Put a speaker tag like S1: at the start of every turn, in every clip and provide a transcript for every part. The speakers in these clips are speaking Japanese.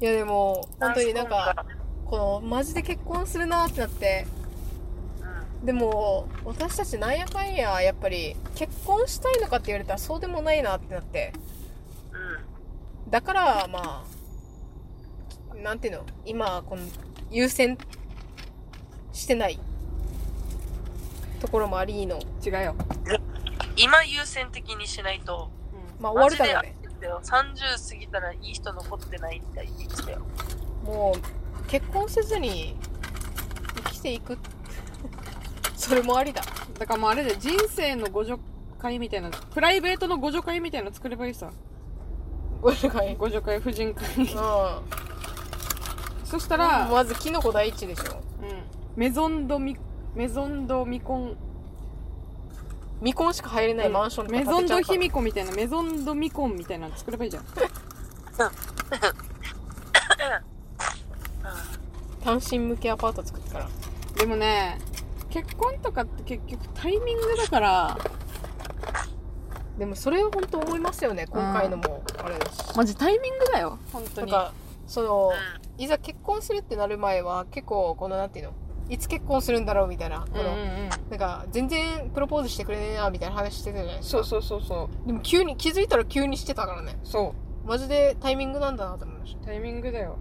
S1: いやでも本当になん
S2: あ
S1: かこのマジで結婚するなってなって
S2: そうなんだ
S1: でも私たちなんやかんややっぱり結婚したいのかって言われたらそうでもないなってなって
S2: うんうん
S1: だからまあなんていうの今この優先してないところもありの
S3: 違うよ、
S2: 今優先的にしないと
S1: まあ終わるだろうね
S2: マジであれだよ30過ぎたらいい人残ってないみたいに言ってたよ
S1: もう結婚せずに生きていく それもありだ
S3: だからもうあれで人生の互助会みたいなプライベートの互助会みたいなの作ればいいさ
S1: ごめんなさい
S3: 互助会婦人会
S1: う
S3: そしたら、
S1: んまずキノコ第一でしょ
S3: うんメゾンドミメゾンドミコン
S1: 未婚しか入れないマンションとか
S3: メ
S1: 建
S3: ゾン
S1: てちゃ
S3: ド
S1: うか
S3: ヒ
S1: ら
S3: ミコみたいなメゾンドミコンみたいなの作ればいいじゃん
S1: 単身向けアパート作ってから
S3: でもね結婚とかって結局タイミングだから
S1: でもそれを本当思いますよね今回のもあれですし
S3: マジタイミングだよ本当
S1: なん
S3: に
S1: かその
S2: う
S1: いざ結婚するってなる前は結構このなんていうのいつ結婚するんだろうみたいなこ
S3: うんう
S1: の、
S3: んうん
S1: なんか全然プロポーズしてくれねえなみたいな話してたじゃないです
S3: そ
S1: か
S3: うそうそうそう
S1: でも急に気づいたら急にしてたからね
S3: そ
S1: マジでタイミングなんだなと思いまし
S3: うタイミングだよ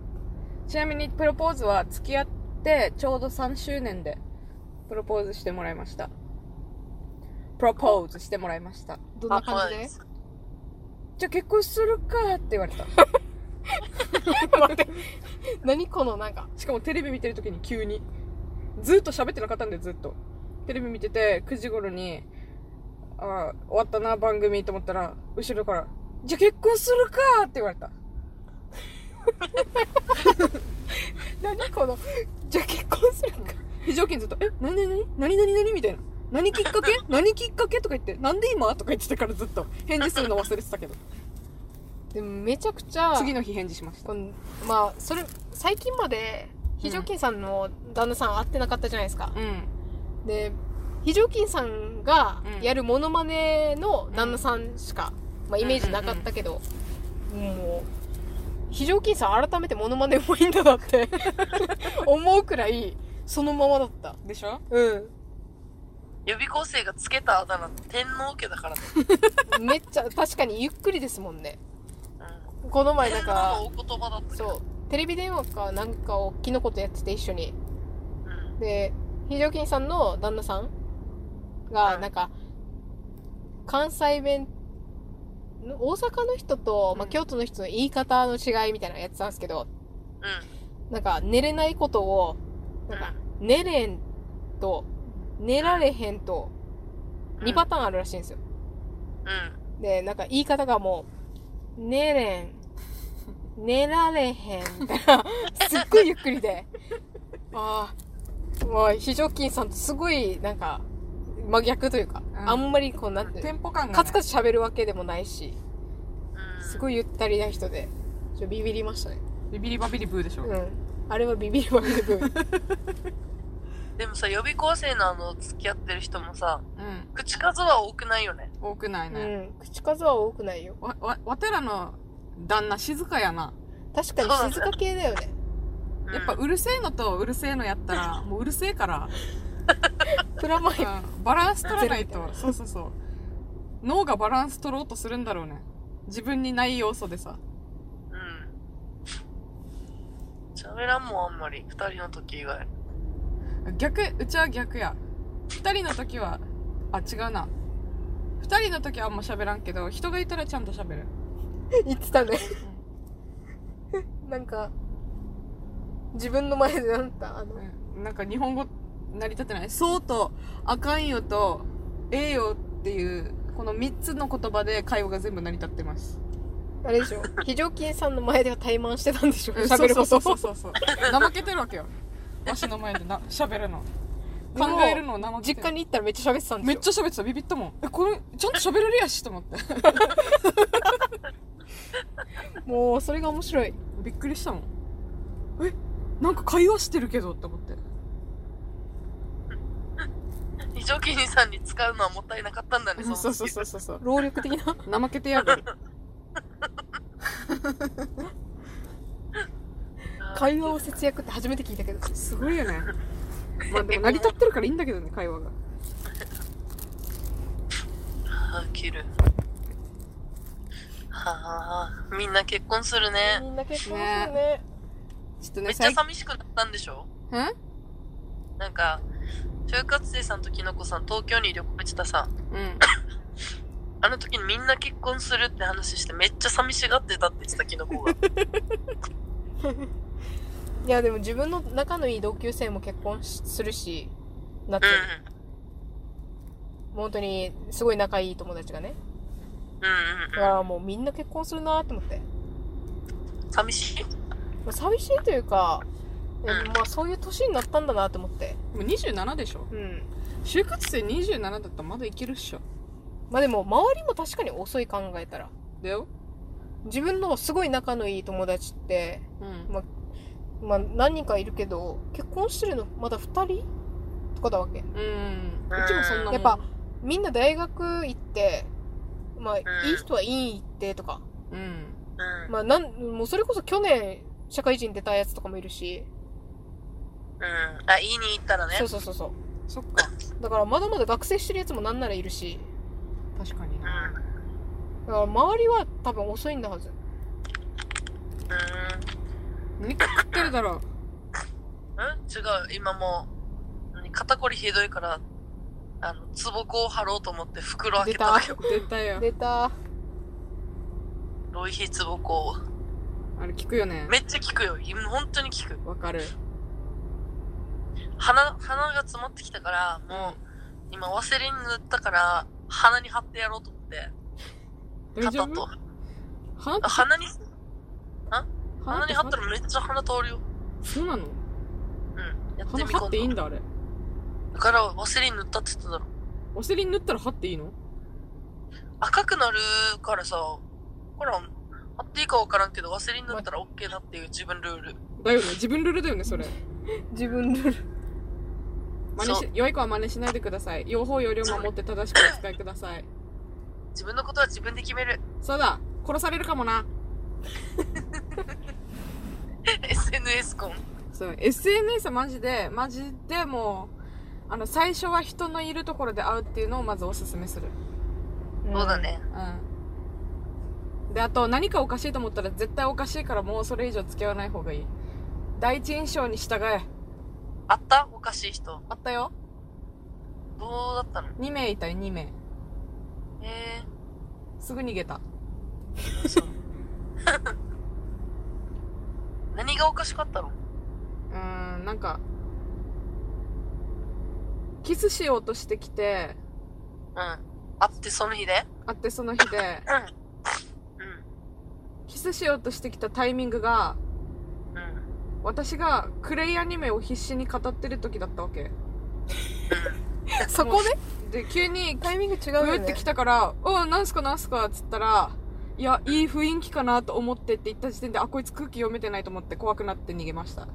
S3: ちなみにプロポーズは付き合ってちょうど3周年でプロポーズしてもらいましたプロポーズしてもらいました
S1: たどんな感じで
S3: じゃあ結婚するかって言われた
S1: 待って何このなんか
S3: しかもテレビ見てる時に急にずっと喋ってなかったんでずっとテレビ見てて9時頃にあー終わったな番組と思ったら後ろから「じゃあ結婚するか!」って言われた
S1: 何このじゃあ結婚するか
S3: 非常勤ずっと「え何何何何何何?」みたいな「何きっかけ何きっかけ?」とか言って「なんで今?」とか言ってたからずっと返事するの忘れてたけど
S1: でもめちゃくちゃ
S3: 次の日返事しました
S1: このまあそれ最近まで非常勤さんの旦那さん会ってなかったじゃないですか、
S3: うん
S1: で非常勤さんが
S3: うん
S1: やるモノマネの旦那さんしか、まあ、イメージなかったけど、もう非常勤さん改めてモノマネうまいんだなって 思うくらいそのままだった
S3: でしょ
S1: うん
S2: 予備校生がつけたあだ名天皇家だからね、
S1: めっちゃ確かにゆっくりですもんね
S2: うん
S1: この前
S2: 天
S1: なんか
S2: 皇のお言葉だったよ
S1: そうテレビ電話かなんかをキノコとやってて一緒に
S2: うん
S1: で非常勤さんの旦那さんが
S2: うん
S1: なんか関西弁の大阪の人と、まあ、
S3: うん
S1: 京都の人の言い方の違いみたいなのやってたんですけど
S2: う
S1: なんか寝れないことをなんか寝れんと寝られへんと
S2: ん
S1: 2パターンあるらしいんですよ
S2: う
S1: でなんか言い方がもう寝れん寝られへんみたいなすっごいゆっくりでああもう非常勤さんとすごいなんか真逆というか、
S3: うん
S1: あんまりこうなんていうの
S3: テンポ感が、
S1: カツカツ喋るわけでもないし
S2: んうん
S1: すごいゆったりな人でちょビビりましたね
S3: ビビリバビリブーでしょ、
S1: うんあれはビビるわけでも
S2: でもさ予備校生のあの付き合ってる人もさ
S3: うん、
S2: 口数は多くないよね
S3: 多くないうね、
S1: ん口数は多くないよ
S3: わ、わ、わてらの旦那静かやな。
S1: 確かに静か系だよね
S2: うん
S3: やっぱうるせえのとうるせえのやったら、もううるせえから、
S1: プラマイ
S3: うんバランス取らないと、そうそうそう。脳がバランス取ろうとするんだろうね。自分にない要素でさ。
S2: うん喋らんもんあんまり二人の時以外
S3: 逆、うちは逆や。二人の時は、あ、違うな。二人の時はあんま喋らんけど、人がいたらちゃんと喋る。
S1: 言ってたねなんか自分の前でなんかあの
S3: うんなんか日本語成り立ってない。そうと、あかんよと、ええよっていう、この三つの言葉で会話が全部成り立ってます。
S1: あれでしょ非常勤さんの前では怠慢してたんでしょ
S3: うん
S1: 喋ること
S3: そうそうそうそうそう怠けてるわけよわしの前でな喋るの
S1: で
S3: 考
S1: も
S3: えるのを怠けて
S1: 実家
S3: に
S1: に行ったらめっちゃ喋ってたんで
S3: め
S1: す
S3: っ
S1: よ
S3: ちゃ喋ってたビビったもんえこれちゃんと喋れるやしと思って
S1: もうそれが面白い
S3: びっくりしたもんえなんか会話してるけどって思って
S2: 非常勤さんに使うのはもったいなかったんだね
S3: そうそうそう
S2: う
S3: そうそうそう
S1: 労力的 な
S3: 怠けてやる
S1: 会話を節約って初めて聞いたけど。
S3: すごいよね。まあで も成り立ってるからいいんだけどね、会話が。
S2: はあ、切る。はあ、みんな結婚するね。
S1: みんな結婚
S3: 婚
S1: す
S3: す
S1: る
S3: る
S1: ね。
S3: ちょっと
S2: め
S3: ね、
S2: っちゃ
S3: 最近。
S2: 寂しくなったんでしょ
S3: ん
S2: なんか、就活生さんときのこさん、東京に旅行してたさ、
S3: うん。
S2: あの時にみんな結婚するって話してめっちゃ寂しがってたって言ってたきのこが。
S1: いや、でも自分の仲のいい同級生も結婚しするし、なって、
S2: う
S1: もう本当にすごい仲いい友達がね。
S2: ん。うん
S1: だか
S2: うん
S1: らもうみんな結婚するなーって思って。
S2: うん。寂しい。
S1: まあ寂しいというか、
S2: ん
S1: うんまあそういう年になったんだなって思って。
S3: もう27でしょ
S1: うん。
S3: 就活生27だったらまだいけるっしょ。
S1: まあでも周りも確かに遅い考えたら。
S3: だよ。
S1: 自分のすごい仲のいい友達って、
S3: うん。
S1: まあ何人かいるけど、結婚してるのまだ2人とかだわけ。
S3: うん。うちもそんなもん。
S1: やっぱ、みんな大学行って、まあ、いい人はいい行ってとか、
S3: うん。
S2: うん。
S1: まあ、なん、もうそれこそ去年、社会人出たやつとかもいるし、
S2: うん。あ、いいに行ったらね。
S1: そうそうそうそ
S3: そっか。
S1: う。だから、まだまだ学生してるやつもなんならいるし、
S3: 確かに
S2: うん。
S3: な。
S1: だから、周りは多分遅いんだはず。
S2: う
S3: 何か食ってるだろう。
S2: ん。ん違う。今もう、何肩こりひどいから、あの、つぼこを貼ろうと思って袋開けたわけよ。
S3: 絶対よ。
S1: 出た。
S2: ロイヒつぼこ
S3: あれ聞くよね。
S2: めっちゃ効くよ。今本当に効く。
S3: わかる。
S2: 鼻、鼻が詰まってきたから、もう、今ワセリン塗ったから、鼻に貼ってやろうと思って。
S3: 大丈
S2: 肩
S3: 夫
S2: と。
S3: 鼻
S2: あ鼻に、
S3: 鼻
S2: 鼻に貼ったらめっちゃ鼻通るよ。
S3: そうなの
S2: うん。やって
S3: 鼻
S2: み
S3: 貼
S2: こ
S3: っ
S2: ん
S3: ていいん
S2: だ
S3: だ、あれ。
S2: から、ワセリン塗ったって言ってただろ。
S3: ワセリン塗ったら貼っていいの
S2: 赤くなるからさ、ほら、貼っていいかわからんけど、ワセリン塗ったら OK だっていう自分ルール。
S3: だよね。自分ルールだよね、それ。
S1: 自分ルール。
S3: 真似し
S2: そ、
S3: 良い子は真似しないでください。用法用量守って正しくお使いください。
S2: 自分のことは自分で決める。
S3: そうだ、殺されるかもな。
S2: SNS 婚。
S3: そう、SNS はマジで、マジでもう、あの、最初は人のいるところで会うっていうのをまずおすすめする。
S2: そうだ。ね。
S3: うん。で、あと、何かおかしいと思ったら絶対おかしいからもうそれ以上付き合わない方がいい。第一印象に従え。
S2: あったおかしい人。
S3: あったよ。
S2: どうだったの
S3: 2名いたよ、2名。
S2: え
S3: すぐ逃げた。
S2: ー、そう。何がおかしかったの
S3: うーん、なんか、キスしようとしてきて、
S2: うん。あってその日で
S3: 会ってその日で、
S2: う
S3: キスしようとしてきたタイミングが、
S2: ん。うん。
S3: 私がクレイアニメを必死に語ってる時だったわけ。
S1: そこで
S3: で、急に、
S1: タイミング違う
S3: う
S1: よ
S3: って
S1: ね
S3: 来。たから、うん、なんすかなんすかっつったら、いや、いい雰囲気かなと思ってって言った時点で、あ、こいつ空気読めてないと思って怖くなって逃げました。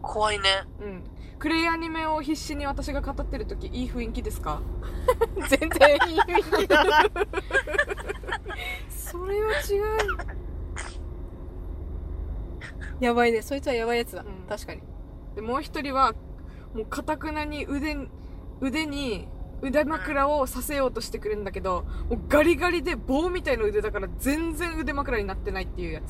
S2: 怖いね。
S3: うん。クレイアニメを必死に私が語ってる時、いい雰囲気ですか
S1: 全然いい意味がない。
S3: それは違う。
S1: やばいね。そいつはやばいやつだ。
S3: うん
S1: 確かに。
S3: で、もう一人は、もう、かたくなに腕、腕に、腕枕をさせようとしてくれるんだけど、もうガリガリで棒みたいな腕だから全然腕枕になってないっていうやつ。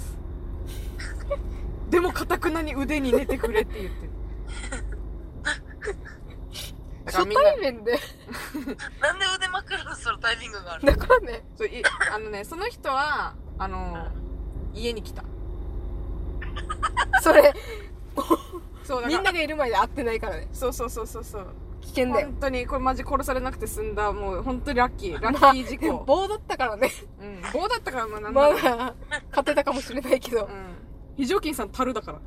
S3: でも、かたくなに腕に寝てくれって言ってる。だから
S1: 初
S3: みんな
S1: 対面で。
S2: なんで腕枕するタイミングがあるの
S1: だからね。
S3: そういあのね、その人は、あの、家に来た。
S1: それ、
S3: そうだか
S1: み
S3: ら
S1: んながいる前で会ってないからね。
S3: そうそうそうそうそう。
S1: 危険だよ
S3: 本。当に、これマジ殺されなくて済んだ、もう本当にラッキー、ラッキー事
S1: でも
S3: 故。
S1: 棒だったからね。
S3: うん、棒だったからまあなんだ
S1: ま
S3: ろう。
S1: だ、勝てたかもしれないけど
S3: う、ん。非常勤さん樽だから。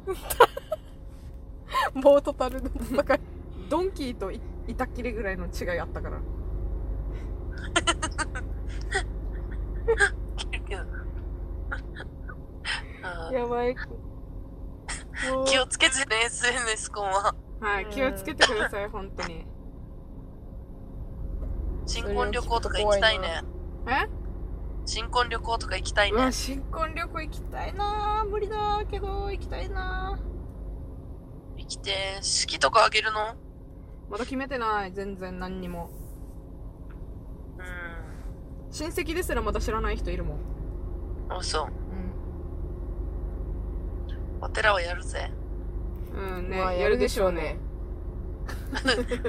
S1: 棒とたるの戦い。
S3: ドンキーといいたっきりぐらいの違いあったから。
S2: あー
S1: やばい。もう
S2: 気をつけてね、SNS 婚は。
S3: はい、
S1: うん
S3: 気をつけてください、本当に。
S2: 新婚旅行とか行きたいね。
S3: え
S2: 新婚旅行とか行きたいうね
S3: わ、。新婚旅行行きたいなぁ無理だだけど、行きたいな
S2: 生きて、式とかあげるの
S3: まだ決めてない。全然何にも。
S2: う
S3: 親戚ですらまだ知らない人いるもん。
S2: ん。あ、そう。
S3: う
S2: お寺はやるぜ。
S3: ん。うんね、
S1: まあ
S3: やるでしょうね。。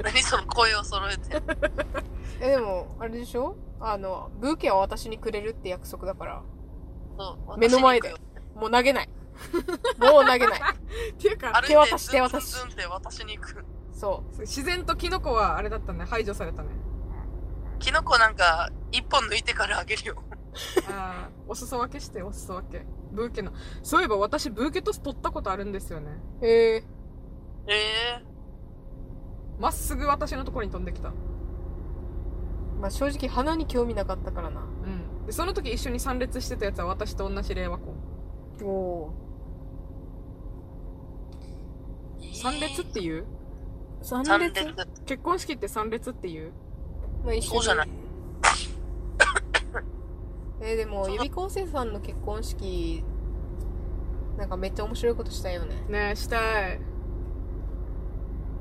S2: 何その声を揃えて。
S1: え、でも、あれでしょあの、ブーケを私にくれるって約束だから、
S2: そう
S1: 目の前で。もう投げ ない。もう投げない。
S3: っていうか、
S2: 私に
S1: 手
S2: 行くよ
S1: 渡し
S2: 歩いて
S1: 手渡し
S2: ズンズンズンって私に行く。
S1: そ
S3: 自然とキノコはあれだったね。排除された ね。
S2: キノコなんか、一本抜いてからあげるよ。
S3: ああ、お裾分けして、お裾分け。ブーケの。そういえば私、ブーケトス取ったことあるんですよね。
S1: う。へえ
S2: ええ
S3: まっすぐ私のところに飛んできた。
S1: まあ、正直、花に興味なかったからな。
S3: うん。で、その時一緒に参列してたやつは私と同じ令和校。
S1: おお。
S3: 参列っていう
S1: 三
S2: 三
S1: 列
S2: 列
S3: 結婚式って参列っていう
S1: まあ、一緒に
S2: そうじゃない。
S1: えーでも、
S2: そう
S1: 予備校生さんの結婚式、なんかめっちゃ面白いことしたよね。
S3: ねえ、したい。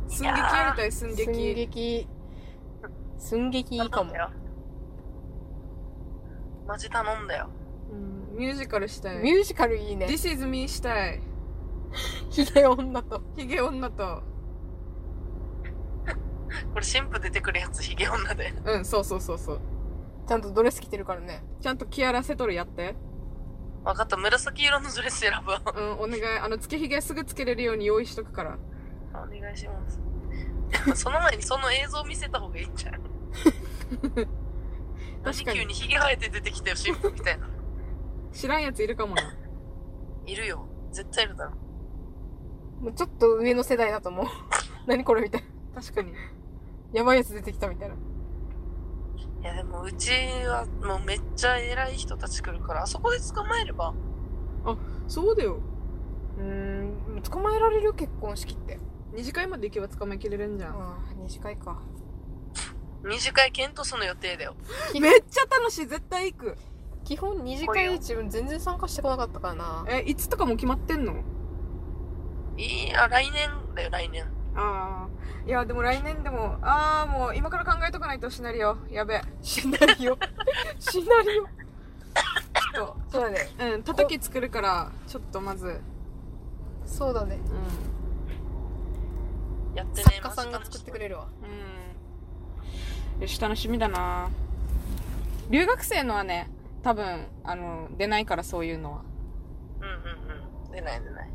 S3: 寸劇やりたい、寸劇。
S1: 寸劇。寸劇いいかも。
S2: 頼んだよマジ頼んだよ。
S3: うんミュージカルした
S1: ミ
S3: い。
S1: ュージカルいいね。
S3: This is me したい。
S1: ひげ女と。
S3: ヒゲ女と。
S2: これ、新婦出てくるやつ、ヒゲ女で。
S3: うん、そうそうそうそう。
S1: ちゃんとドレス着てるからね。
S3: ちゃんとキアラセトルやって。
S2: わかった、紫色のドレス選ぶわ。
S3: うん、お願い。あの、つけひげすぐつけれるように用意しとくから。
S2: お願いし ます。でもその前にその映像見せた方がいいんじゃん。
S3: 確かに
S2: 急にヒゲ生えて出てきたよ、新婦みたいな。
S3: 知らんやついるかもな。
S2: いるよ。絶対いるだろ。
S1: もうちょっと上の世代だと思う。 何これみたいな。
S3: 確かに。
S1: やばいやつ出てきたみたいな。
S2: いや、でもうちはもうめっちゃ偉い人たち来るから、あそこで捕まえれば。
S3: そうだよ。
S1: うーん、捕まえられる結婚式って。
S3: 二次会まで行けば捕まえきれるんじゃん。
S1: ああ、二次会か。
S2: 二次会検討するの予定だよ。
S3: めっちゃ楽しい。絶対行く。
S1: 基本二次会自分全然参加してこなかったからな。
S3: え、いつとかも決まってんの
S2: いいや、来年だよ、来年。
S3: ああ。いや、でも来年でも、ああ、もう今から考えとかないとシナリオ。やべ。
S1: シナリ オ。シナリオ。
S3: そ
S1: そうだね。
S3: う。うん、叩き作るから、ちょっとまず。
S1: そうだね。
S3: う
S2: やってね、
S1: 作家さんが作ってく
S2: れ。
S1: れるわ。
S3: ん。うん。よし、楽しみだな留学生のはね、多分、あの、出ないからそういうのは。
S2: うんうんうん。出ない出ない。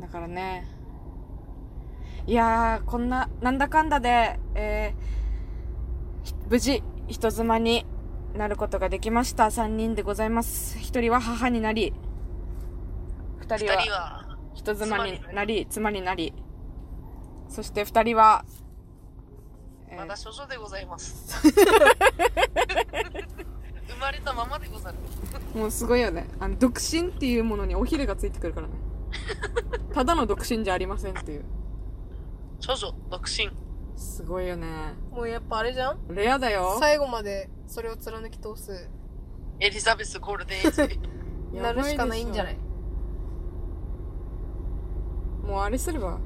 S3: だからね。いやー、こんな、なんだかんだで、えーひ無事、人妻になることができました。3人でございます。1人は母になり、2人
S2: 二人
S3: は
S2: は、
S3: 人妻になり、妻になり、そして2人は、えー
S2: まだ処女でございます。生まれたままでござる。
S3: もうすごいよね。あの、独身っていうものにおひれがついてくるからね。ただの独身じゃありませんっていう。
S2: 処女、独身。
S3: すごいよね。
S1: もうやっぱあれじゃん
S3: レアだよ。
S1: 最後までそれを貫き通す。
S2: エリザベス・ゴールデン・エイジ。
S1: なるしかないんじゃない
S3: もうあれすれば、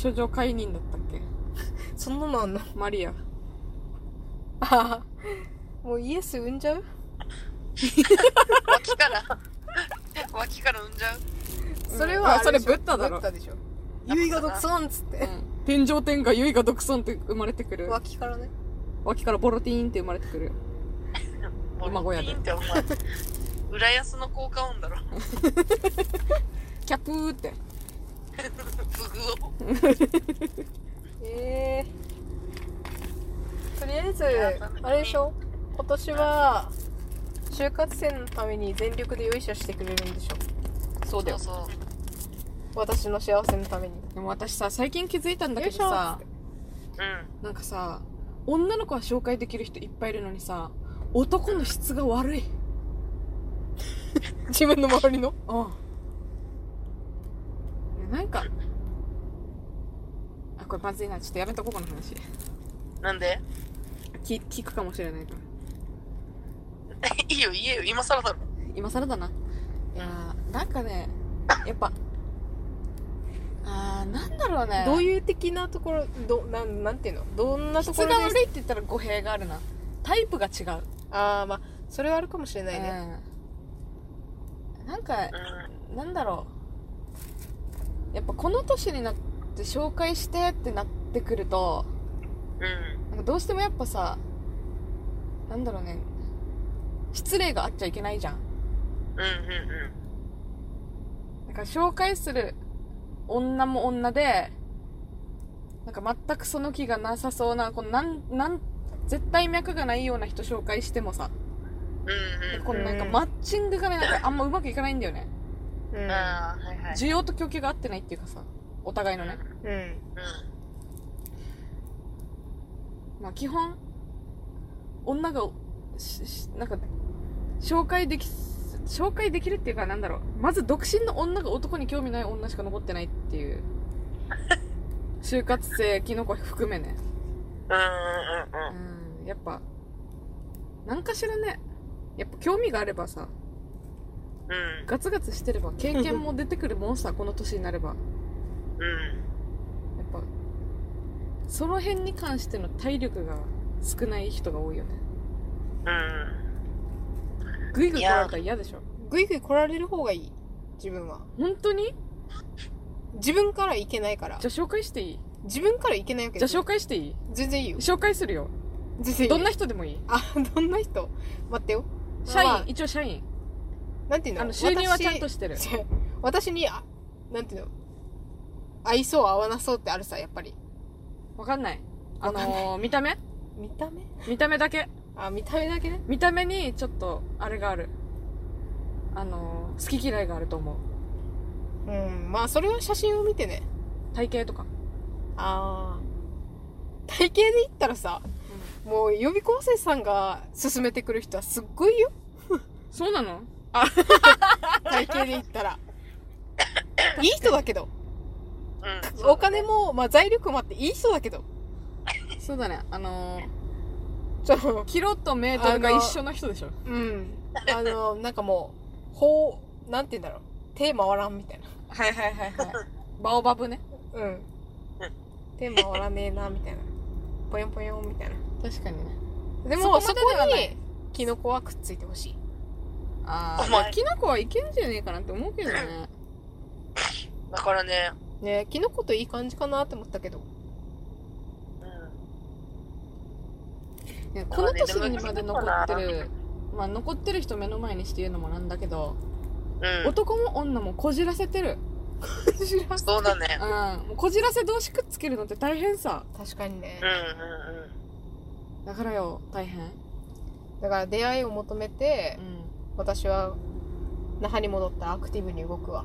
S3: 処女解任だったっけ
S1: そんなのあんの
S3: マリア。
S1: あ あもうイエス産んじゃう
S2: 脇から、 脇から産んじゃう。
S1: それは
S3: あ
S1: あれでしょ
S3: それブッダだろ
S1: ブッダでしょゆいが独尊っつって
S3: 天上天下、結衣が独尊って生まれてくる。
S1: 脇からね
S3: 脇からボロティーンって生まれてくる。馬小屋で
S2: ピーンってお前。浦安の効果音だろ。
S3: キャプーって。
S2: 不具を。
S1: ええとりあえず
S2: や楽しみ
S1: あれでしょ今年は就活生のために全力でよいしょしてくれるんでしょ
S3: そうだ
S2: そ
S3: よ
S2: う。そう。
S1: 私の幸せのために
S3: でも私さ、最近気づいたんだけど
S1: よ
S3: さ
S1: いし、
S2: うん。
S3: なんかさ、女の子は紹介できる人いっぱいいるのにさ、男の質が悪い。
S1: 自分の周りの
S3: うん。なんか、あ、これまずいな。ちょっとやめとこうこの話。
S2: なんで
S3: 聞聞くかもしれないから。
S2: いいよ、言えよ、今更だろ。
S3: 今更だな。いやーなんかね、やっぱ、あー、なんだろうね。
S1: どう
S3: う
S1: いう的なところどなんなんていうのどんなと
S3: 質
S1: ころ
S3: が
S1: で
S3: 悪いって言ったら語弊があるな。タイプが違う。
S1: ああまあそれはあるかもしれないね、
S3: うん、なんか、
S2: う
S3: なんだろう。やっぱこの年になって紹介してってなってくると、
S2: ん。うん。
S3: なんかどうしてもやっぱさ、なんだろうね、失礼があっちゃいけないじゃ
S2: う
S3: ん。
S2: ん。うん。
S3: なんか紹介する女も女で、なんか全くその気がなさそうな、このなん、なん、絶対脈がないような人紹介してもさ、
S2: うん。うん。
S3: このなんか
S1: うん
S3: マッチングがね、なんかあんまうまくいかないんだよね。
S1: う
S2: うん。
S1: ん
S2: ああ、はいはい。
S3: 需要と供給が合ってないっていうかさ、お互いのね。
S1: うん
S2: う
S3: まあ基本、女が、ししなんか、紹介でき、紹介できるっていうかなんだろう。まず独身の女が男に興味ない女しか残ってないっていう。就活生、キノコ含めね。
S2: ん。うん。うん。うん。
S3: うんやっぱ、なんかしらね、やっぱ興味があればさ、
S2: うん。
S3: ガツガツしてれば、経験も出てくるもん さ、この年になれば。やっ
S2: うん。
S3: ぱ、その辺に関しての体力が少ない人が多いよね。
S2: うん。
S3: グイグイ来られたら嫌でしょ。
S1: ぐいぐい来られる方がいい自分は
S3: 本当に
S1: 自分からいけないから
S3: じゃあ紹介していい
S1: 自分からいけないわけ
S3: じ
S1: で
S3: ゃあ
S1: すよ
S3: 紹介していい
S1: 全然いいよ
S3: 紹介するよ。
S1: 全然いい
S3: どんな人でもいい。
S1: あどんな人待ってよ
S3: 社
S1: まあ
S3: 員、一応社員。
S1: なんていうの
S3: あの、収入はちゃんと
S1: し
S3: してる。
S1: て私 にあなんていうの合いそう合わなそうってあるさやっぱり
S3: わかんない。あ
S1: わかんない
S3: のー、見た目
S1: 見た目
S3: 見た目だけ。
S1: あ見た目だけね
S3: 見た目にちょっと、あれがある。あのー、好き嫌いがあると思う。
S1: うんまあそれは写真を見てね
S3: 体型とか。
S1: ああ体型で言ったらさ、もう予備校生さんが勧めてくる人はすっごいよ
S3: そうなの
S1: 体型で言ったらいい人だけど
S2: うん。
S1: お金も、まあ、財力もあっていい人だけど
S3: そうだね。あのー、
S1: ちょ
S3: キロとメートルが一緒の人でしょ。
S1: うんあのなんかもう法なんて言うんだろう手回らんみたいな
S3: はいはいはいはい。バオバブね。
S1: うん手回らねえなみたいなぽよんぽよんみたいな
S3: 確かにね。
S1: でも
S3: そ
S1: そ
S3: こ
S1: こ
S3: までではない
S1: にキノコはくっついてほしい
S3: あー、
S2: お
S3: ま
S2: 前
S3: あ、キノコはいけんじゃねえかなって思うけどね。
S2: だからね、
S1: ねえキノコといい感じかなって思ったけど
S2: うん。
S3: いやこの年にまで残ってる、まあ残ってる人目の前にして言うのもなんだけど、
S2: うん。
S3: 男も女もこじらせてる。
S1: 知らん
S2: そうだね
S3: うん。。もうこじらせ同士くっつけるのって大変さ。
S1: 確かにね
S2: うんうんうん。
S3: だからよ、大変。
S1: だから出会いを求めて
S3: う
S1: 私は那覇に戻ったアクティブに動くわ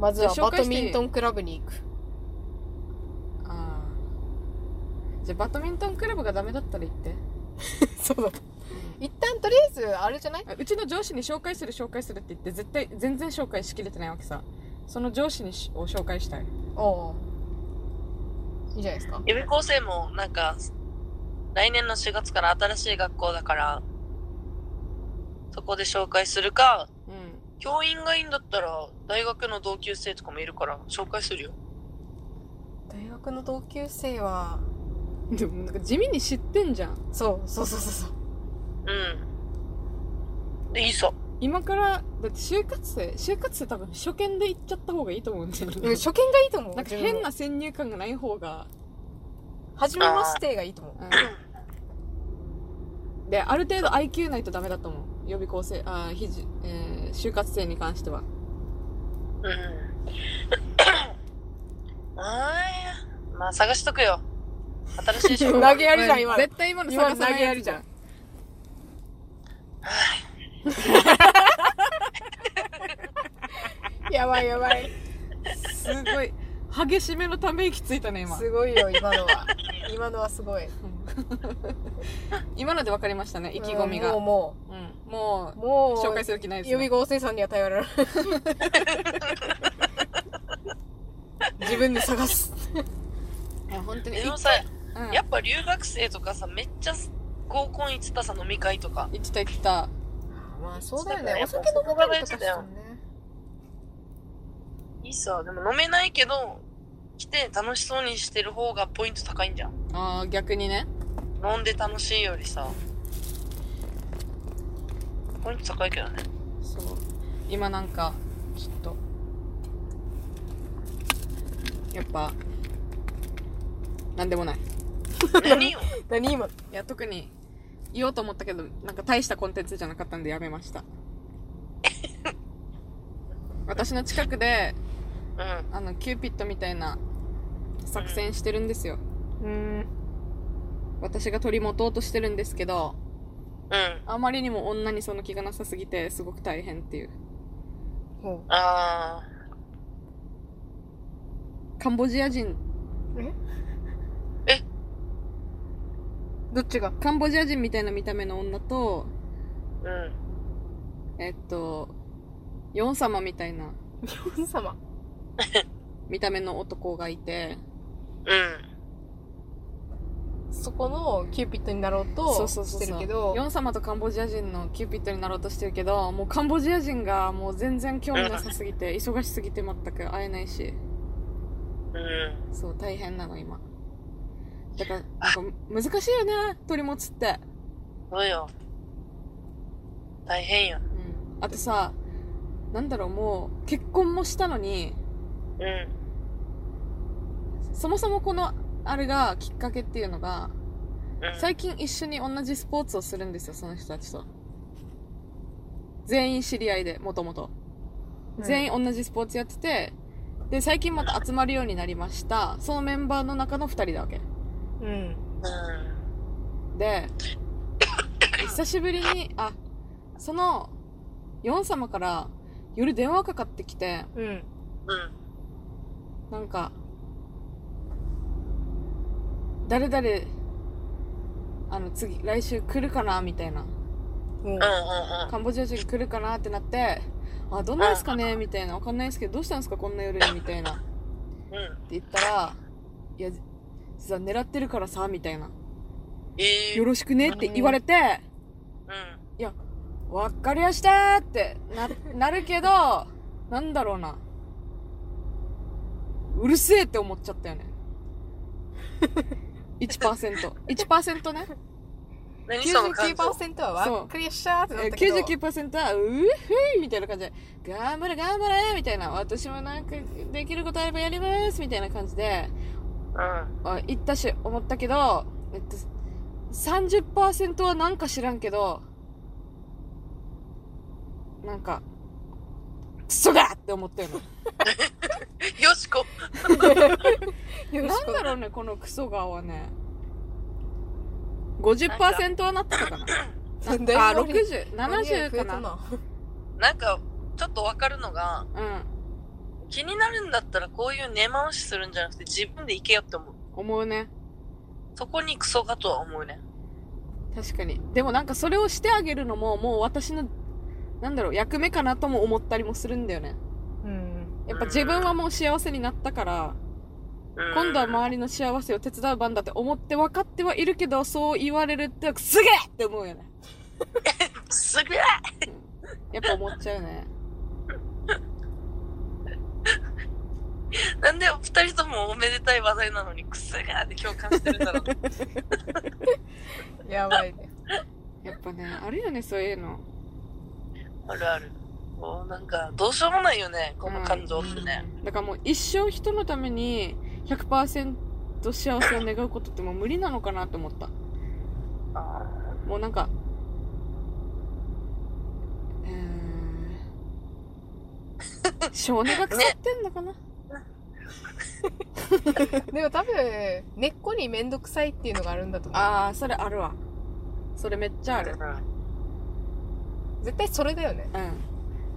S1: まずは
S3: じゃあ
S1: バ
S3: 紹
S1: ド
S3: 介していい
S1: ミントンクラブに行く
S3: ん。あーじゃあ、バドミントンクラブがダメだったら言って。
S1: そうだ。一旦とりあえず、あれじゃないう
S3: ちの上司に紹介する紹介するって言って絶対全然紹介しきれてないわけさその上司にしを紹介したい
S1: おういいじゃないですか。
S2: 予備校生もなんか、来年の4月から新しい学校だから、そこで紹介するか、
S3: うん
S2: 教員がいいんだったら、大学の同級生とかもいるから、紹介するよ。
S1: 大学の同級生は、
S3: でもなんか地味に知ってんじゃん
S1: そう、そうそうそうそう。
S2: うん。で、いいさ。
S3: 今からだって就活生就活生多分初見で行っちゃった方がいいと思うんだよ
S1: うん
S3: ね
S1: 初見がいいと思う。
S3: なんか
S1: 自分
S3: 変
S1: も。
S3: な先入観がない方が、
S1: 初めましてがいいと思う。
S3: うん、である程度 IQ ないとダメだと思う予備校生あーひじ、えー就活生に関して は
S2: うん。 あーまあ、探しとくよ。新しい 紹介。
S1: 投げやりじゃん、今
S3: お
S1: の。
S3: 前絶対今の探さないやつじゃん
S1: やばいやばい。
S3: すごい激しめのため息ついたね今
S1: すごいよ、今のは。今のはすごい。
S3: 今ので分かりましたね意気込みが、
S1: う
S3: うんん
S1: も
S3: も
S1: う、も
S3: う
S1: う、
S3: 紹介する気ないです、ね、
S1: 予備校生さんには頼らない。自分で探す。
S3: いや本当に
S2: で
S3: い
S2: もさ、
S3: うん
S2: やっぱ留学生とかさ、めっちゃ合コン行ってたさ、飲み会とか。
S3: 行ってた行ってた
S1: まあそうだよね。お
S2: そう
S1: 酒
S2: だ
S1: 飲
S2: よ
S1: めたりとかしてもね。
S2: いいさ、でも飲めないけど、来て楽しそうにしてる方がポイント高いんじゃん。
S3: ああ、逆にね。
S2: 飲んで楽しいよりさ、ポイント高いけどね。
S3: そう。今なんか、ちょっと。やっぱ、なんでもない。
S2: 何よ
S1: 何今
S3: いや、特に言おうと思ったけど、なんか大したコンテンツじゃなかったんでやめ ました。私の近くで、
S2: うん。
S3: あの、キューピッドみたいな作戦してるんですよ。
S1: うん。
S3: 私が取り持とうとしてるんですけど、
S2: うん。
S3: あまりにも女にその気がなさすぎて、すごく大変っていう。
S1: ほ
S2: あ
S3: カンボジア人、
S1: う。え
S2: え
S1: どっちが
S3: カンボジア人みたいな見た目の女と、
S2: ー、うん。
S3: えっと、ヨン様みたいな
S1: 神様。
S3: 見た目の男がいて、
S2: うん。
S1: そこのキューピットになろう
S3: そう
S1: と
S3: そう
S1: し
S3: そ
S1: て
S3: うそ
S1: る
S3: う。
S1: けど、
S3: ヨン様とカンボジア人のキューピッドになろうとしてるけど、もうカンボジア人がもう全然興味なさすぎて、忙しすぎて全く会えないし、
S2: うん。
S3: そう、大変なの今。だから、なんか難しいよね、鳥持つって。
S2: そうよ。大変よ。
S3: うん。あとさ、なんだろう、もう、結婚もしたのに、
S2: うん。
S3: そもそもこの、あれがきっかけっていうのが、
S2: うん。
S3: 最近一緒に同じスポーツをするんですよ、その人たちと。全員知り合いで、もともと。
S1: うん
S3: 全員同じスポーツやってて、で、最近また集まるようになりました。そのメンバーの中の二人だわけ。
S1: うん。
S2: うん。
S3: で、久しぶりに、あ、その、ヨン様から夜電話かかってきて、
S1: うん。
S2: うん。
S3: なんか、誰々、あの、次、来週来るかなみたいな。
S1: うん
S2: うん。うん。
S3: カンボジア人来るかなってなって、あ、どんなんですかねみたいな。わかんないですけど、どうしたんですかこんな夜にみたいな。って
S2: うん。うん。
S3: 言ったら、いや、実は狙ってるからさ、みたいな。
S2: ええ
S3: よろしくねって言われて、
S2: うん。
S3: わかりましたーってな、なるけど、なんだろうな。うるせえって思っちゃった よね。1%。1%ね。
S2: 何その感情
S1: 99%はわっかりやっしゃーってなったけど。
S3: 99%は、うーふいみたいな感じで、頑張れ頑張れみたいな、私もなんかできることあればやりますみたいな感じで、
S2: うん。
S3: あ言ったし思ったけど、えっと、30%はなんか知らんけど、なんか、クソがって思ったよ ね。
S2: よしこ。
S1: よろ
S3: な
S1: し
S3: ん
S1: く
S3: だろうね、このクソ顔はね。50%はなってたかな。
S1: なんだよ
S3: あ、
S1: 70
S3: 60、70
S1: か
S3: か
S1: な
S3: な。
S2: なんか、ちょっとわかるのが、
S3: うん。
S2: 気になるんだったらこういう根回しするんじゃなくて自分で行けよって思う。
S3: 思うね。
S2: そこにクソかとは思うね。
S3: 確かに。でもなんかそれをしてあげるのも、もう私の、なんだろう、役目かなとも思ったりもするんだよね。
S1: うん。
S3: やっぱ自分はもう幸せになったから、
S2: うん
S3: 今度は周りの幸せを手伝う番だって思って分かってはいるけど、そう言われるって、すげえって思うよね。
S2: すげえ
S3: やっぱ思っちゃうね。
S2: なんで二人ともおめでたい話題なのにクソがって共感してるんだろう。
S1: やばいね。
S3: やっぱね、あるよね、そういうの。
S2: あるある。もうなんか、どうしようもないよね、この感情ってね。
S3: だからもう一生人のために100%幸せを願うことってもう無理なのかなと思った。
S2: あ
S3: もうなんか、う ーん、性根が腐ってんのかな、
S1: でも多分、根っこにめんどくさいっていうのがあるんだと思う。
S3: ああ、それあるわ。それめっちゃあ
S2: ー
S3: る。
S1: 絶対それだよ ね。
S3: うん。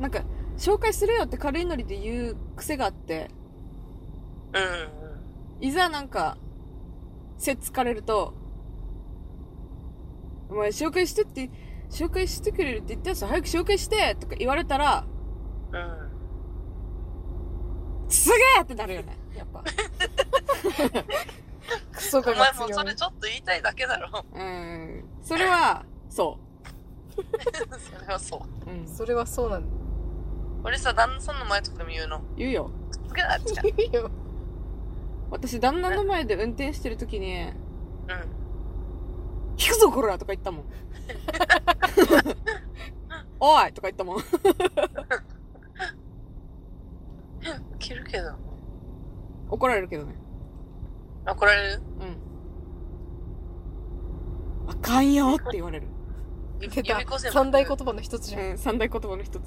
S3: なんか、紹介するよって軽いノリで言う癖があって、
S2: うん。
S3: いざなんか、せっつかれると、お前紹介してって、紹介してくれるって言ったやつ早く紹介してとか言われたら、
S2: うん。うん。
S3: すげえってなるよね。やっぱ。
S1: クソ
S2: お
S1: が
S2: 前
S1: 強
S2: もうそれ
S1: い。
S2: ちょっと言いたいだけだろ。
S3: うん。それは、そ
S2: それはそう。
S3: うん
S1: それはそうなんだ。
S2: 俺さ、旦那さんの前とかでも言うの。
S3: 言うよ
S2: つけなってちゃう。
S1: いいよ。
S3: 私旦那の前で運転してる時に
S2: うん。
S3: 「引くぞこら!」とか言ったもん「おい!」とか言ったもん
S2: 切るけど。
S3: 怒られるけどね
S2: 怒られる
S3: うんあかんよって言われる、
S2: ゆ
S1: 出
S2: 指こせ
S1: た。
S2: ば
S1: 三大言葉の一つじゃん。
S3: うん、三大言葉の一つ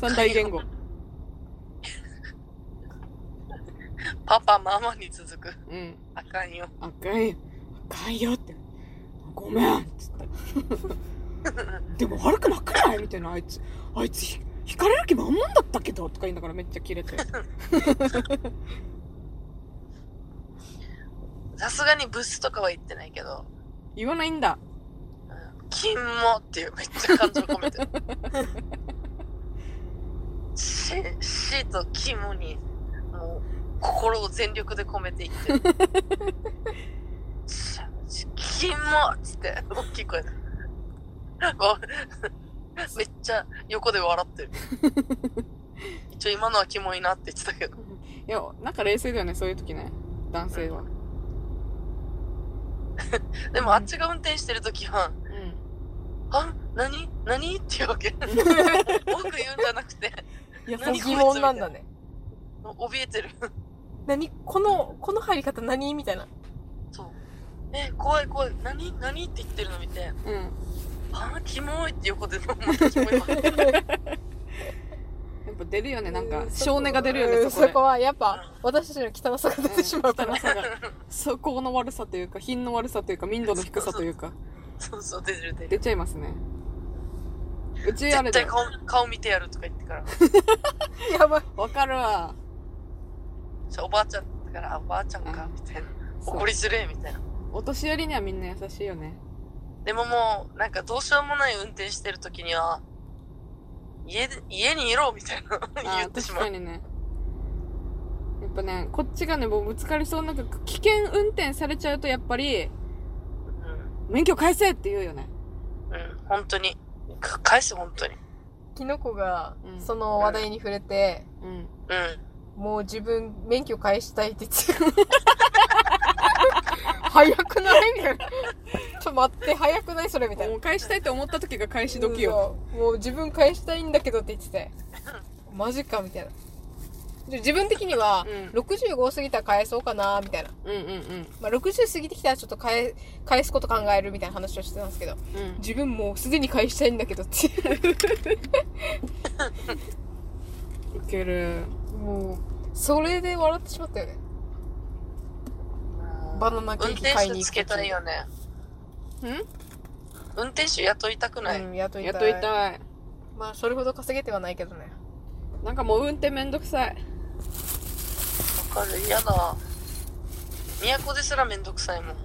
S3: 三大言語
S2: パパ、ママに続く。
S3: うん
S2: あかんよ。
S3: あかんよあかんよってごめんっつって でも悪くなくないみたいなあいつあいつひ引かれる気満々だったけどとか言いながらめっちゃキレて
S2: さすがにブスとかは言ってないけど、
S3: 言わないんだ
S2: 金もっていうめっちゃ感情込めてる。し、しとキモに、もう、心を全力で込めていってる。しキモっつって、大きい声で。わめっちゃ横で笑ってる。一応今のはキモいなって言ってたけど。
S3: いやなんか冷静だよねそういう時ね男性は
S2: でもあっちが運転してるときは、あ、何何 っていうわけ。僕言うんじゃなくて、
S3: う
S1: そ
S3: ん
S1: う
S2: 何
S3: 優しい
S1: 疑問なんだね。
S2: 怯えてる。
S1: 何この、この入り方何みたいな。
S2: そう。え、怖い怖い。何何って言ってるの見て、
S3: うん
S2: あ、キモいって横で、もうまたキモいわ。
S3: やっぱ出るよねなん
S1: う
S3: か
S1: ん
S3: 少年が出るよ
S1: う
S3: ね
S1: ん
S3: そこ
S1: そ
S3: で
S1: こはやっぱ、私たちの汚さが出てしまうから
S3: 汚。さがそこの悪さというか品の悪さというか民度の低さというか
S2: そうそう、出てる出て
S3: 出
S2: る。
S3: ちゃいますねうちあれ
S2: 絶対
S3: だよ
S2: 顔顔見てやるとか言ってから。
S1: やばい。
S3: わかるわ
S2: そうおばあちゃんだから、あおばあちゃんか、みたいな。
S3: そう
S2: 怒りずれえみたいな。
S3: お年寄りにはみんな優しいよね
S2: でももう、なんかどうしようもない運転してるときには、家で、家にいろみたいな言
S3: あ
S2: ってし
S3: 確
S2: ま
S3: か
S2: う。
S3: にねやっぱねこっちがねもうぶつかりそうなとか危険運転されちゃうとやっぱり
S2: うん。
S3: 免許返せって言うよね
S2: うん。本当に。か返して、本当に。
S1: キノコが
S3: う、ん
S1: その話題に触れて、
S3: うん
S2: うん。
S1: もう自分、免許返したいって言ってた 早くないみたいな。ちょ、待って、早くないそれみたい
S3: も
S1: な。
S3: う返したいと思った時が返し時よ
S1: そうもう自分返したいんだけどって言ってて。マジかみたいな。で自分的には、
S3: う
S1: 65過ぎたら返そうかなみたいな。
S3: うんうんうん
S1: まあ、60過ぎてきたらちょっと返、返すこと考えるみたいな話をしてたんですけど、
S3: うん
S1: 自分もうすでに返したいんだけどっていう。
S3: いける
S1: もう、それで笑ってしまったよね。バナナケーキ
S2: 運
S1: 買い
S2: 転
S1: に
S2: 手
S1: 行
S2: つ
S1: く
S2: けたいよね。
S3: ん
S2: 運転手雇いたくない。
S1: うん、雇いたい。
S3: 雇いたい
S1: まあ、それほど稼げてはないけどね。
S3: なんかもう運転めんどくさい
S2: わかる、嫌だ。都ですらめんどくさいもん。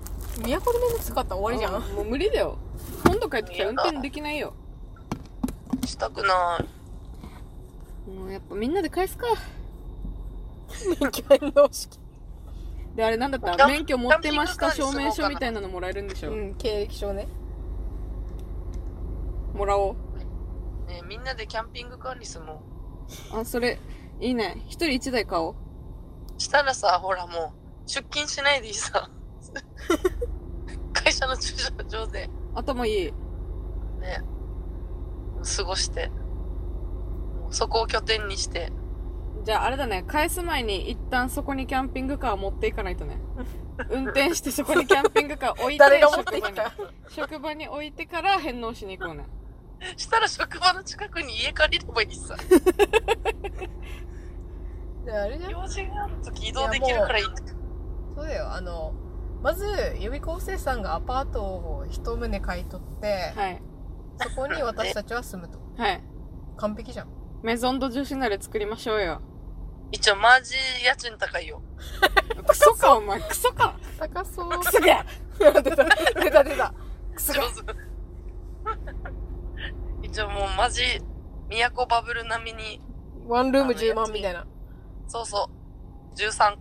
S1: 都でめんどくさかったら終わりじゃん。
S3: うんもう無理だよ今度帰ってきたら運転できないよ
S2: したくない。
S3: もうやっぱみんなで返すか
S1: 免許返納式。
S3: であれなんだっ
S2: キ
S3: た
S2: ャン
S3: 免許持ってました
S2: キャンピン
S3: 証
S2: グカー
S3: 明
S2: に住もうか
S3: 書
S2: な
S3: みたいなのもらえるんでしょ、
S1: うん、経歴書ね。
S3: もらおう
S2: ねみんなでキャンピングカーに住も
S3: あそれいいね一人一台買お
S2: う。
S3: う
S2: したらさ、ほらもう、出勤しないでいいさ。 会社の駐車場で、
S3: 頭いい
S2: ね、過ごして。もうそこを拠点にして。
S3: じゃああれだね返す前に一旦そこにキャンピングカーを持っていかないと ね運転してそこにキャンピングカー置いて
S1: 誰が持ってい
S3: 職場
S1: く
S3: に
S1: か。
S3: 職場に置いてから返納しに行こうね
S2: したら職場の近くに家借りればいいさ。
S1: であれじゃん
S2: 用事がある時移動できるからいいんだけど
S1: そうだよ、あの、まず、予備校生さんがアパートを一棟買い取って、
S3: はい
S1: そこに私たちは住むと。
S3: はい
S1: 完璧じゃん。
S3: メゾンド女子なれ作りましょうよ
S2: 一応マジ家賃高いよ。
S3: クソかお前クソか
S1: 高そう。
S3: クソが
S1: 出た、出た、出た。くそ
S2: 上手 一応もうマジ、都バブル並みに、
S1: ワンルーム10万みたいな。
S2: そうそう、13。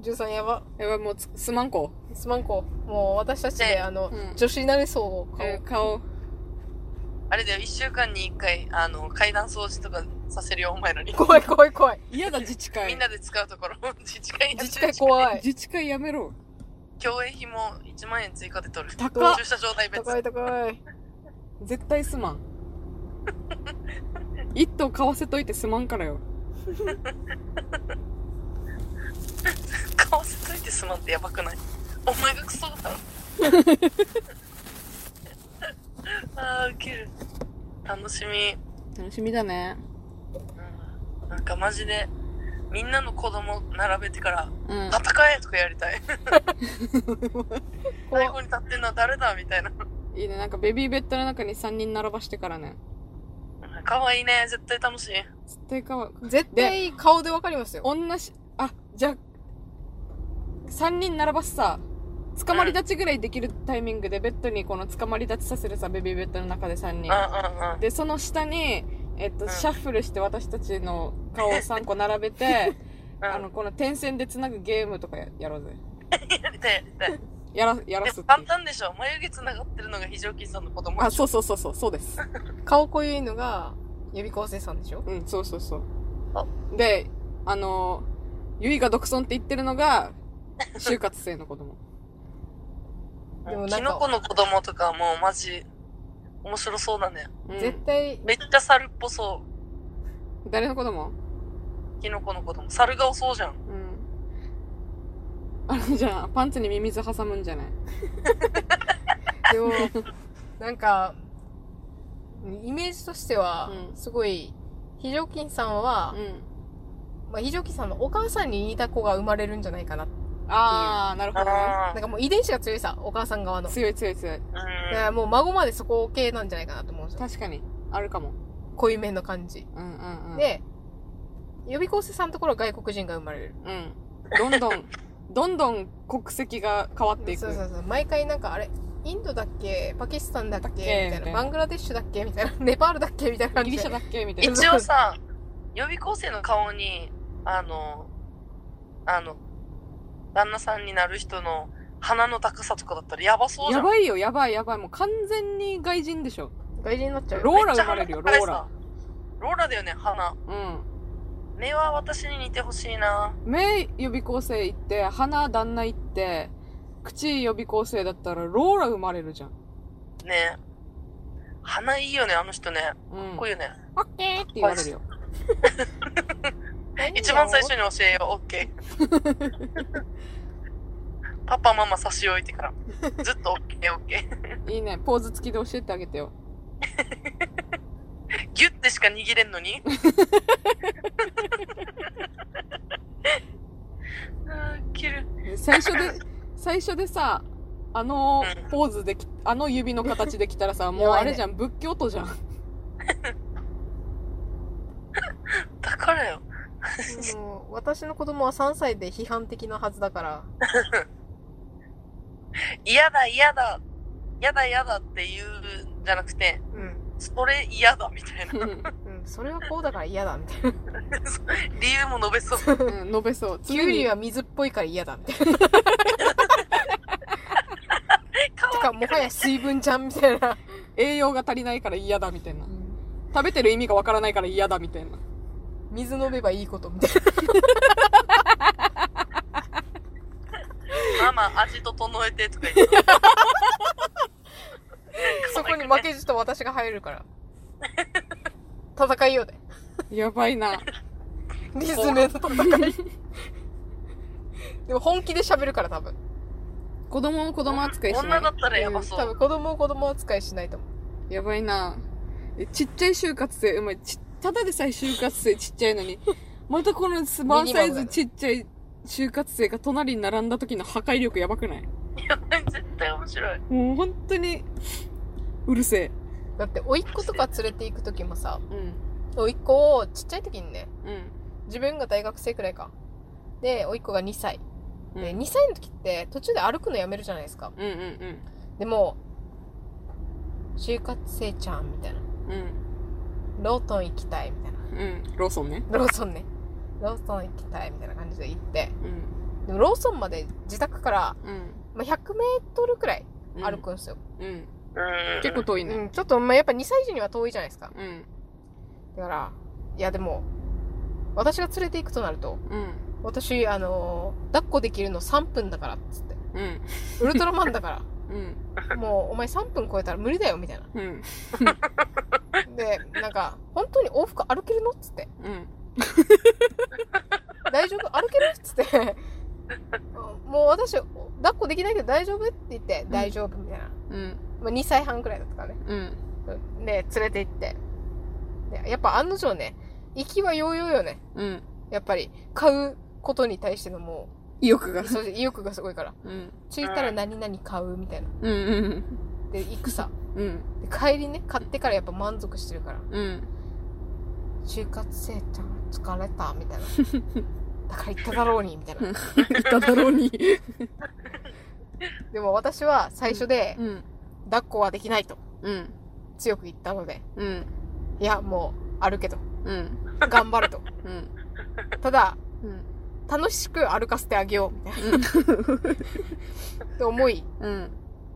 S1: 13やば。
S3: やばいもうつすまんこ
S1: すまんこ。もう私たちで、
S2: ね
S1: あの、
S3: うん
S1: 女子になれそうを
S3: え
S1: 買お
S3: ー、顔
S2: あれだよ、一週間に一回、あの、階段掃除とかさせるよ、お前のに。
S1: 怖い怖い怖い。
S3: 嫌だ自治会
S2: みんなで使うところ、自治会やって
S1: 自治会怖い。
S3: 自治会やめろ
S2: 共演費も1万円追加で取る。
S3: 高っ
S2: 駐車場代別。
S1: 高い高い。
S3: 絶対すまん 一頭買わせといてすまんからよ
S2: 買わせといてすまんってやばくないお前がク ソだろ。ああ、ウケる。楽しみ。
S3: 楽しみだね
S2: うんなんかマジで、みんなの子供並べてから、
S3: うん
S2: 戦えとかやりたい。最後に立ってんのは誰だみたいな。
S3: いいねなんかベビーベッドの中に3人並ばしてからね
S2: かわいいね。絶対楽しい。
S3: 絶対かわ
S1: 絶対顔でわかりますよ。
S3: 女しあじゃあ3人並ばすさつかまり立ちぐらいできるタイミングでベッドにこのつかまり立ちさせるさベビーベッドの中で3
S2: う
S3: 人
S2: んうんうん。
S3: でその下に、えっと
S2: うん
S3: シャッフルして私たちの顔を3個並べて
S2: うん
S3: あのこの点線でつなぐゲームとかややろうぜ
S2: やりたいやりたい。
S3: やらやら
S2: です
S3: っ
S2: も
S3: て
S2: 簡
S3: いう
S2: 単でしょ。眉毛繋がってるのが非常勤さんの子供
S3: あ
S2: でしょ。
S3: そうそうそうそうそ うです
S1: 顔濃いのが予備校生さんでしょ
S3: うんそうそうそう
S2: あ
S3: であのゆいが独尊って言ってる のが就活生の子供
S1: でもなんか
S2: キノコの子供とかもうマジ、面白そうだね。
S3: うん
S1: 絶対、
S2: めっちゃ猿っぽそ
S3: 誰の子供
S2: う。キノコの子供。猿顔そうじゃん。
S3: うんあのじゃあパンツにミミズ挟むんじゃない
S1: でも、なんか、イメージとしては
S3: う、ん
S1: すごい、非常勤さんは、
S3: ん
S1: まあ、非常勤さんのお母さんに似た子が生まれるんじゃないかな。
S3: ああなるほどね
S2: あ
S1: なんかもう遺伝子が強いさ、お母さん側の。だか
S3: 強い強い強い
S2: あ。うん。
S1: らもう孫までそこ系なんじゃないかなと思うんですよ。
S3: 確かにあるかも
S1: 濃いめの感じ。
S3: うんうんうん
S1: で、予備校生さんのところは外国人が生まれる。
S3: うんどんどんどんどん国籍が変わっていく
S1: そうそうそう。毎回なんかあれ、インドだっけパキスタンだっけ
S3: だっけ
S1: みたい
S3: みた
S1: な。
S3: いな
S1: バングラデッシュだっけみたいな。 ネパールだっけみたいな感
S3: ギ
S1: じで
S3: リシャ。だっけみたいな
S2: 一応さ、予備校生の顔に、あの、あの、旦那さんになる人の鼻の高さとかだったらやばそうじゃ
S3: や
S2: ん。
S3: ばいよやばいやばいもう完全に外人でしょ
S1: 外人になっちゃうよ。
S3: ローラ
S2: めっちゃ
S3: 生まれるよ
S2: 鼻高いさ
S3: ローラ。
S2: ローラだよね、鼻。
S3: うん
S2: 目は私に似てほしいな。
S3: 目予備校生行って鼻旦那行って口予備校生だったらローラ生まれるじゃん
S2: ね鼻いいよね、あの人ね。か
S3: うん
S2: っこいいよね。
S3: オッケーって言われるよ
S1: 何よ
S2: 一番最初に教えよう、オッケー。 パパ、ママ差し置いてから。ずっとオッケー、オッケ
S3: いいねポーズ付きで教えてあげてよ
S2: ー。ギュッてしか握れんの に。あー、切る。
S3: で最初で最初でさあの
S2: うん
S3: ポーズできあの指の形できた らさもう
S1: やば
S3: あ
S1: いね
S3: れじゃん、仏教徒じゃん
S2: だからよ。
S1: もう私の子供は3歳で批判的なはずだから。
S2: 嫌だ、嫌だ。嫌だ、嫌だって言うんじゃなくて、
S1: うん。
S2: それ嫌だ、みたいな。
S1: うん。それはこうだから嫌だ、みたい な。
S2: 理由も述べそう。
S3: うん述 べそう
S1: キュウリ
S3: は
S1: は水っぽいから嫌だ、みたいな。て
S2: か
S1: か、もはや水分じゃん、みたいな。
S3: 栄養が足りないから嫌だみたいな食べてる意味がわからないから嫌だみたいな
S1: 水飲めばいいこと、みたいな。
S2: ママ、味整えてとか言って。
S1: そこに負けじと私が入るから。戦いようで。
S3: やばいな
S1: リズムの戦 い。でも本気で喋るから、多分。
S3: 子供を子供扱いしない
S2: 女だったらやばそ
S1: 多
S2: う。
S1: 分子供を子供扱いしないと思う。
S3: やばいなえちっちゃい就活生、うまい。ち、ただでさえ就活生ちっちゃいのに、またこのスマーサイズちっちゃい就活生が隣に並んだ時の破壊力やばくない
S2: いや、絶対面白い。
S3: もう本当に、うるせ
S1: だって、甥っ子とか連れて行く時もさ
S3: え。、うん。
S1: 甥っ子をちっちゃい時にね、
S3: う
S1: 自分が大学生くらいか。で、甥っ子が2歳。
S3: ん。
S1: で、2歳の時って途中で歩くのやめるじゃないですか。
S3: うんうん
S1: でも、就活生ちゃんみたいな。
S3: うん。
S1: ローソン行きたいみたいな。
S3: うん。うん。ローソンね。
S1: ローソンね。ローソン行きたいみたいな感じで行って。
S3: うん。
S1: でもローソンまで自宅から、
S3: うん。
S1: まあ、100メートルくらい歩くんですよ。
S3: うん。
S2: うん。
S3: 結構遠いうね。
S1: ん、ちょっと、まあ、やっぱ2歳児には遠いじゃないですか。
S3: うん。
S1: だから、いやでも、私が連れて行くとなると、
S3: うん。
S1: 私、あのー抱っこできるの3分だから、っつって。
S3: うん。
S1: ウルトラマンだか
S3: うん。
S1: ら、もうお前3分超えたら無理だよ、みたいな。
S3: うん。
S1: で、なんか、本当に往復歩けるのっつって。
S3: うん。
S1: 大丈夫歩けるっつって。もう私、抱っこできないけど大丈夫って言って、大丈夫みたいな。
S3: うん。
S1: まあ、2歳半くらいだったからね。
S3: うん。
S1: で、連れて行って。でやっぱ案の定ね、行きはヨーヨーよね。
S3: うん。
S1: やっぱり、買うことに対してのも
S3: 意欲が
S1: う、。そう意欲がすごいから。
S3: うん。
S1: 着いたら何々買うみたいな。
S3: うん。うん。
S1: で、行くさ。
S3: うん。
S1: で帰りね、買ってからやっぱ満足してるから。
S3: うん。
S1: 就活生ちゃん、疲れたみ たいな。だから行っただろうに、みたいな。
S3: いただろうに。
S1: でも私は最初で、
S3: うん。
S1: 抱っこはできないと
S3: うん。
S1: 強く言ったので、
S3: うん。
S1: いや、もう、歩けと。
S3: うん。
S1: 頑張ると。
S3: うん。
S1: ただ、
S3: うん。
S1: 楽しく歩かせてあげよう、みたいな。って思い、
S3: うん。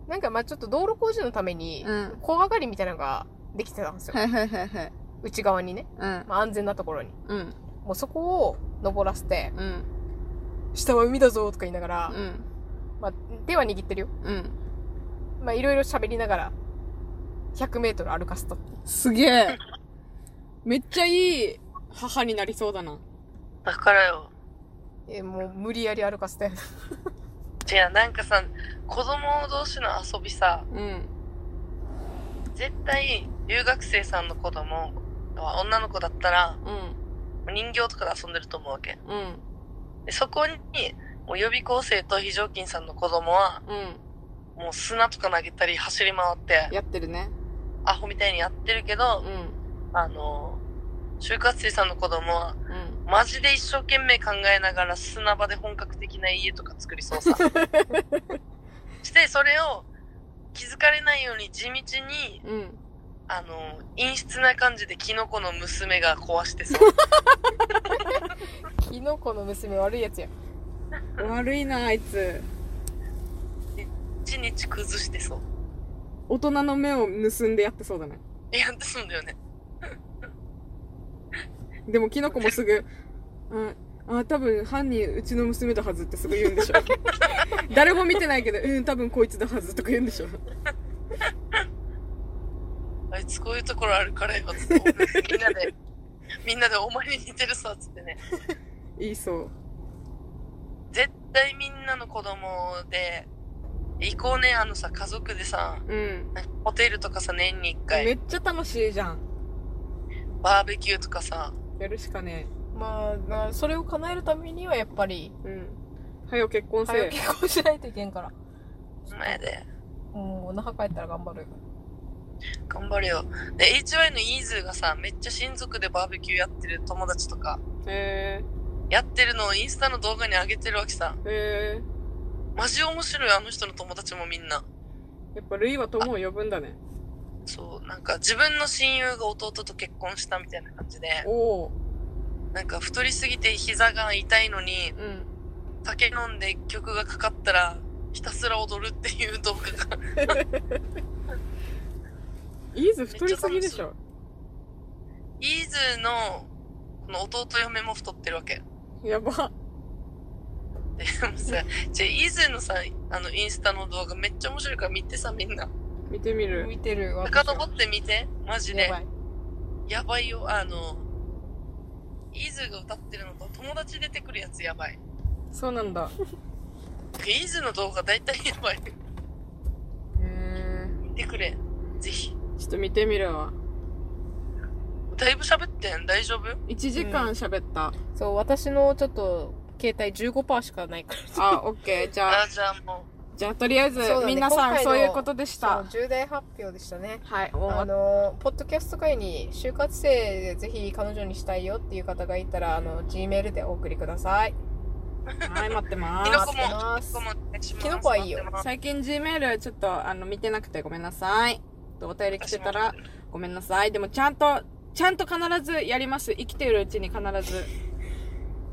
S1: なんかまあちょっと道路工事のために、
S3: うん
S1: 小上がりみたいなのができてたんですよ。
S3: はいはいはいはい。
S1: 内側にね。
S3: うん。
S1: まあ安全なところに。
S3: うん。
S1: もうそこを登らせて、
S3: うん。
S1: 下は海だぞとか言いながら、
S3: うん。
S1: まあ手は握ってるよ。
S3: うん。
S1: まあいろいろ喋りながら、100メートル歩かせた。
S3: すげえ。めっちゃいい母になりそうだな。
S2: だからよ。
S1: えもう無理やり歩かせて。
S2: いや、なんかさ、子供同士の遊びさ、
S3: うん。
S2: 絶対、留学生さんの子供は女の子だったら、
S3: うん。
S2: 人形とかで遊んでると思うわけ。
S3: うん。
S2: でそこに、もう予備校生と非常勤さんの子供は、
S3: う
S2: もう砂とか投げたり走り回って
S3: ん。、やってるね。
S2: アホみたいにやってるけど
S3: う、ん。
S2: あの、就活生さんの子供は、
S3: うん。
S2: マジで一生懸命考えながら砂場で本格的な家とか作りそうさ。して、それを気づかれないように地道に、
S3: うん。
S2: あの、陰湿な感じでキノコの娘が壊してそう。
S1: キノコの娘悪いやつや。
S3: 悪いな、あいつ。
S2: 一日崩してそう。
S3: 大人の目を盗んでやってそうだね。
S2: いやってすんだよね。
S3: でも、キノコもすぐ、あ、あ、多分犯人、うちの娘だはずってすぐ言うんでしょ。誰も見てないけど、うん、多分こいつだはずとか言うんでしょ。
S2: あいつこういうところあるからよ、つって。みんなで、みんなでお前に似てるさ、つってね。
S3: 言いそう。
S2: 絶対みんなの子供で、行こうね、あのさ、家族でさ、
S3: うん。
S2: なんかホテルとかさ、年に一
S3: め
S2: 回、
S3: っちゃ楽しいじゃん。
S2: バーベキューとかさ、
S3: やるしかね
S1: まあ、なそれを叶えるためにはやっぱり、
S3: え。うん。はよ結婚せ
S1: 早
S3: え
S1: く。結婚しないといけんから。
S2: 前で、
S1: もう、那覇帰ったら頑張る。
S2: 頑張れよ。で、HY のイーズーがさ、めっちゃ親族でバーベキューやってる友達とか、
S3: へ
S2: やってるのをインスタの動画に上げてるわけさ。
S3: え。へえ。
S2: マジ面白い、あの人の友達もみんな。
S3: やっぱ、ルイは友を呼ぶんだね。
S2: そう、なんか自分の親友が弟と結婚したみたいな感じで、
S3: おお。
S2: なんか太りすぎて膝が痛いのに、
S3: うん。
S2: 酒飲んで曲がかかったら、ひたすら踊るっていう動画が。
S3: イーズ太りすぎでしょ。
S2: イーズーの、この弟嫁も太ってるわけ。
S3: やば。
S2: でもさ、 じゃあイーズーのさ、あの、インスタの動画めっちゃ面白いから見てさ、みんな。
S3: 見てみる。
S1: 見てる私は
S2: 遡ってみて。マジで。
S1: や
S2: や
S1: ば
S2: ば
S1: い。
S2: いよ。あの、イーズーが歌ってるのと友達出てくるやつやばい。
S3: そうなんだ。
S2: イーズーの動画大体やばい。
S3: へえ。
S2: 見てくれ。ぜひ。
S3: ちょっと見てみるわ。
S2: だいぶ喋ってん大丈夫
S3: 1時間喋った。
S1: そう、私のちょっと、携帯15%しかないから。
S3: あ、オッケー。じゃ
S2: あ
S3: あ、、
S2: じゃあも
S3: じゃあとりあえず、
S1: そうだね
S3: 皆さ
S1: 今
S3: ん
S1: 回の
S3: そういうことでした。
S1: 重大発表でしたね。
S3: はい、もう
S1: あ
S3: 終わっ
S1: の、ポッドキャスト会に、就活生でぜひ彼女にしたいよっていう方がいたら、あの、Gmail でお送りください。
S3: はい、待ってま
S2: う、キ
S3: す
S2: ノ。コも、
S1: 待っ
S2: キ
S1: てます
S2: ノコもお願いします
S1: キノコはいいよ
S2: 待ってます
S3: 最近 G メールちょっとあの見てなくてごめんなさい。とお便り来てたらごめんなさい。でもちゃんと、ちゃんと必ずやります。生きているうちに必ず。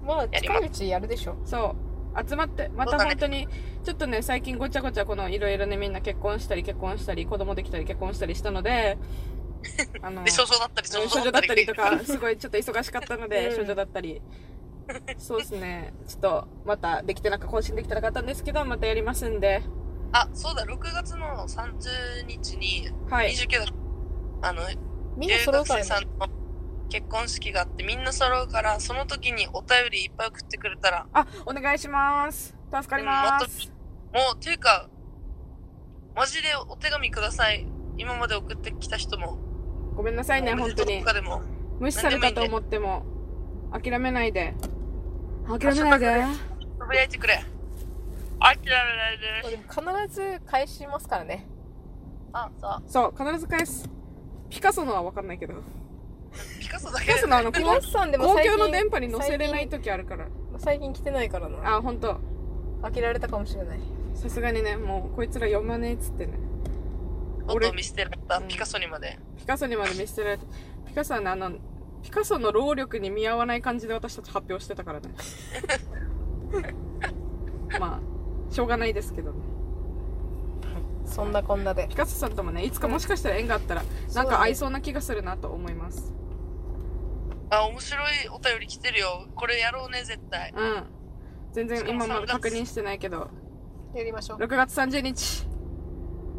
S1: まあ、
S2: やりま
S1: 近いうちやるでしょ。
S3: そう。集まって、ま
S2: そ
S3: た
S2: うだね
S3: 本当に、ちょっとね、最近ごちゃごちゃこのいろいろね、みんな結婚したり結婚したり、子供できたり結婚したりしたの で、あの
S2: で、少女だったり、少
S3: 少
S2: 女
S3: 女だったりと
S2: だっ
S3: か、すごいちょっと忙しかったの
S1: う
S3: で、
S1: ん
S3: 少女だったり。そうですね。ちょっと、またできてなか、更新できてなかったんですけど、またやりますんで。
S2: たりあ、そうだ、6月の30日に、
S3: はい。
S2: 29だ、あの、
S1: みんな
S2: 留
S1: 揃う
S2: 学
S1: から
S2: 生
S1: ね
S2: さんの結婚式があって、みんな揃うから、その時にお便りいっぱい送ってくれたら、
S3: あ、お願いします。助かります。
S2: もう、ていうか、マジでお手紙ください。今まで送ってきた人も。
S3: ごめんなさいね、
S2: おめ
S3: 本
S2: で
S3: 当
S2: とうと
S3: に。
S2: かでも。
S3: 無視されたと思っても、諦めないで。諦め
S2: めない
S3: な
S2: い
S3: で
S2: で。つぶやいてくれ。あきられない
S1: で
S2: で
S1: も必ず返しますからね
S2: あ、さ、
S3: そう、必ず返す。ピカソのは分かんないけど。
S2: ピカソだ
S3: ピ
S2: け
S3: カソのあの、公
S1: ピカソさ んでも
S3: 公
S1: 最近
S3: 共の電波に載せれない時あるから。
S1: 最近来てないからな
S3: あ、本当。
S1: 開けられたかもしれない
S3: さすがにね、もう、こいつら読まねえっつってね。俺
S2: 音を見捨てられたピカソにまで。
S3: ピカソにまで見捨てられて、ピカソはね、あの、ピカソの労力に見合わない感じで私たち発表してたからね。まあ、しょうがないですけどね。
S1: そんなこんなで
S3: ピカソさんともね、いつかもしかしたら縁があったら、なんか合いそうな気がするなと思います。
S2: あ、面白いお便り来てるよ。これやろうね、絶対。
S3: うん。全然
S2: しかも
S3: 今
S2: 3
S3: まだ
S2: 月
S3: 確認してないけど、
S1: やりましょう
S3: 6月30日、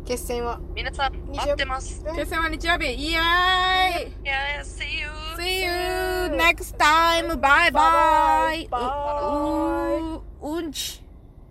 S1: 決戦は
S2: 皆さん、待ってます。
S1: うん
S3: 決戦は日曜日、イエーイ
S2: Yeah, see you!
S3: !See you next time! Bye
S1: Bye
S3: bye!
S1: bye.
S3: う、うんち。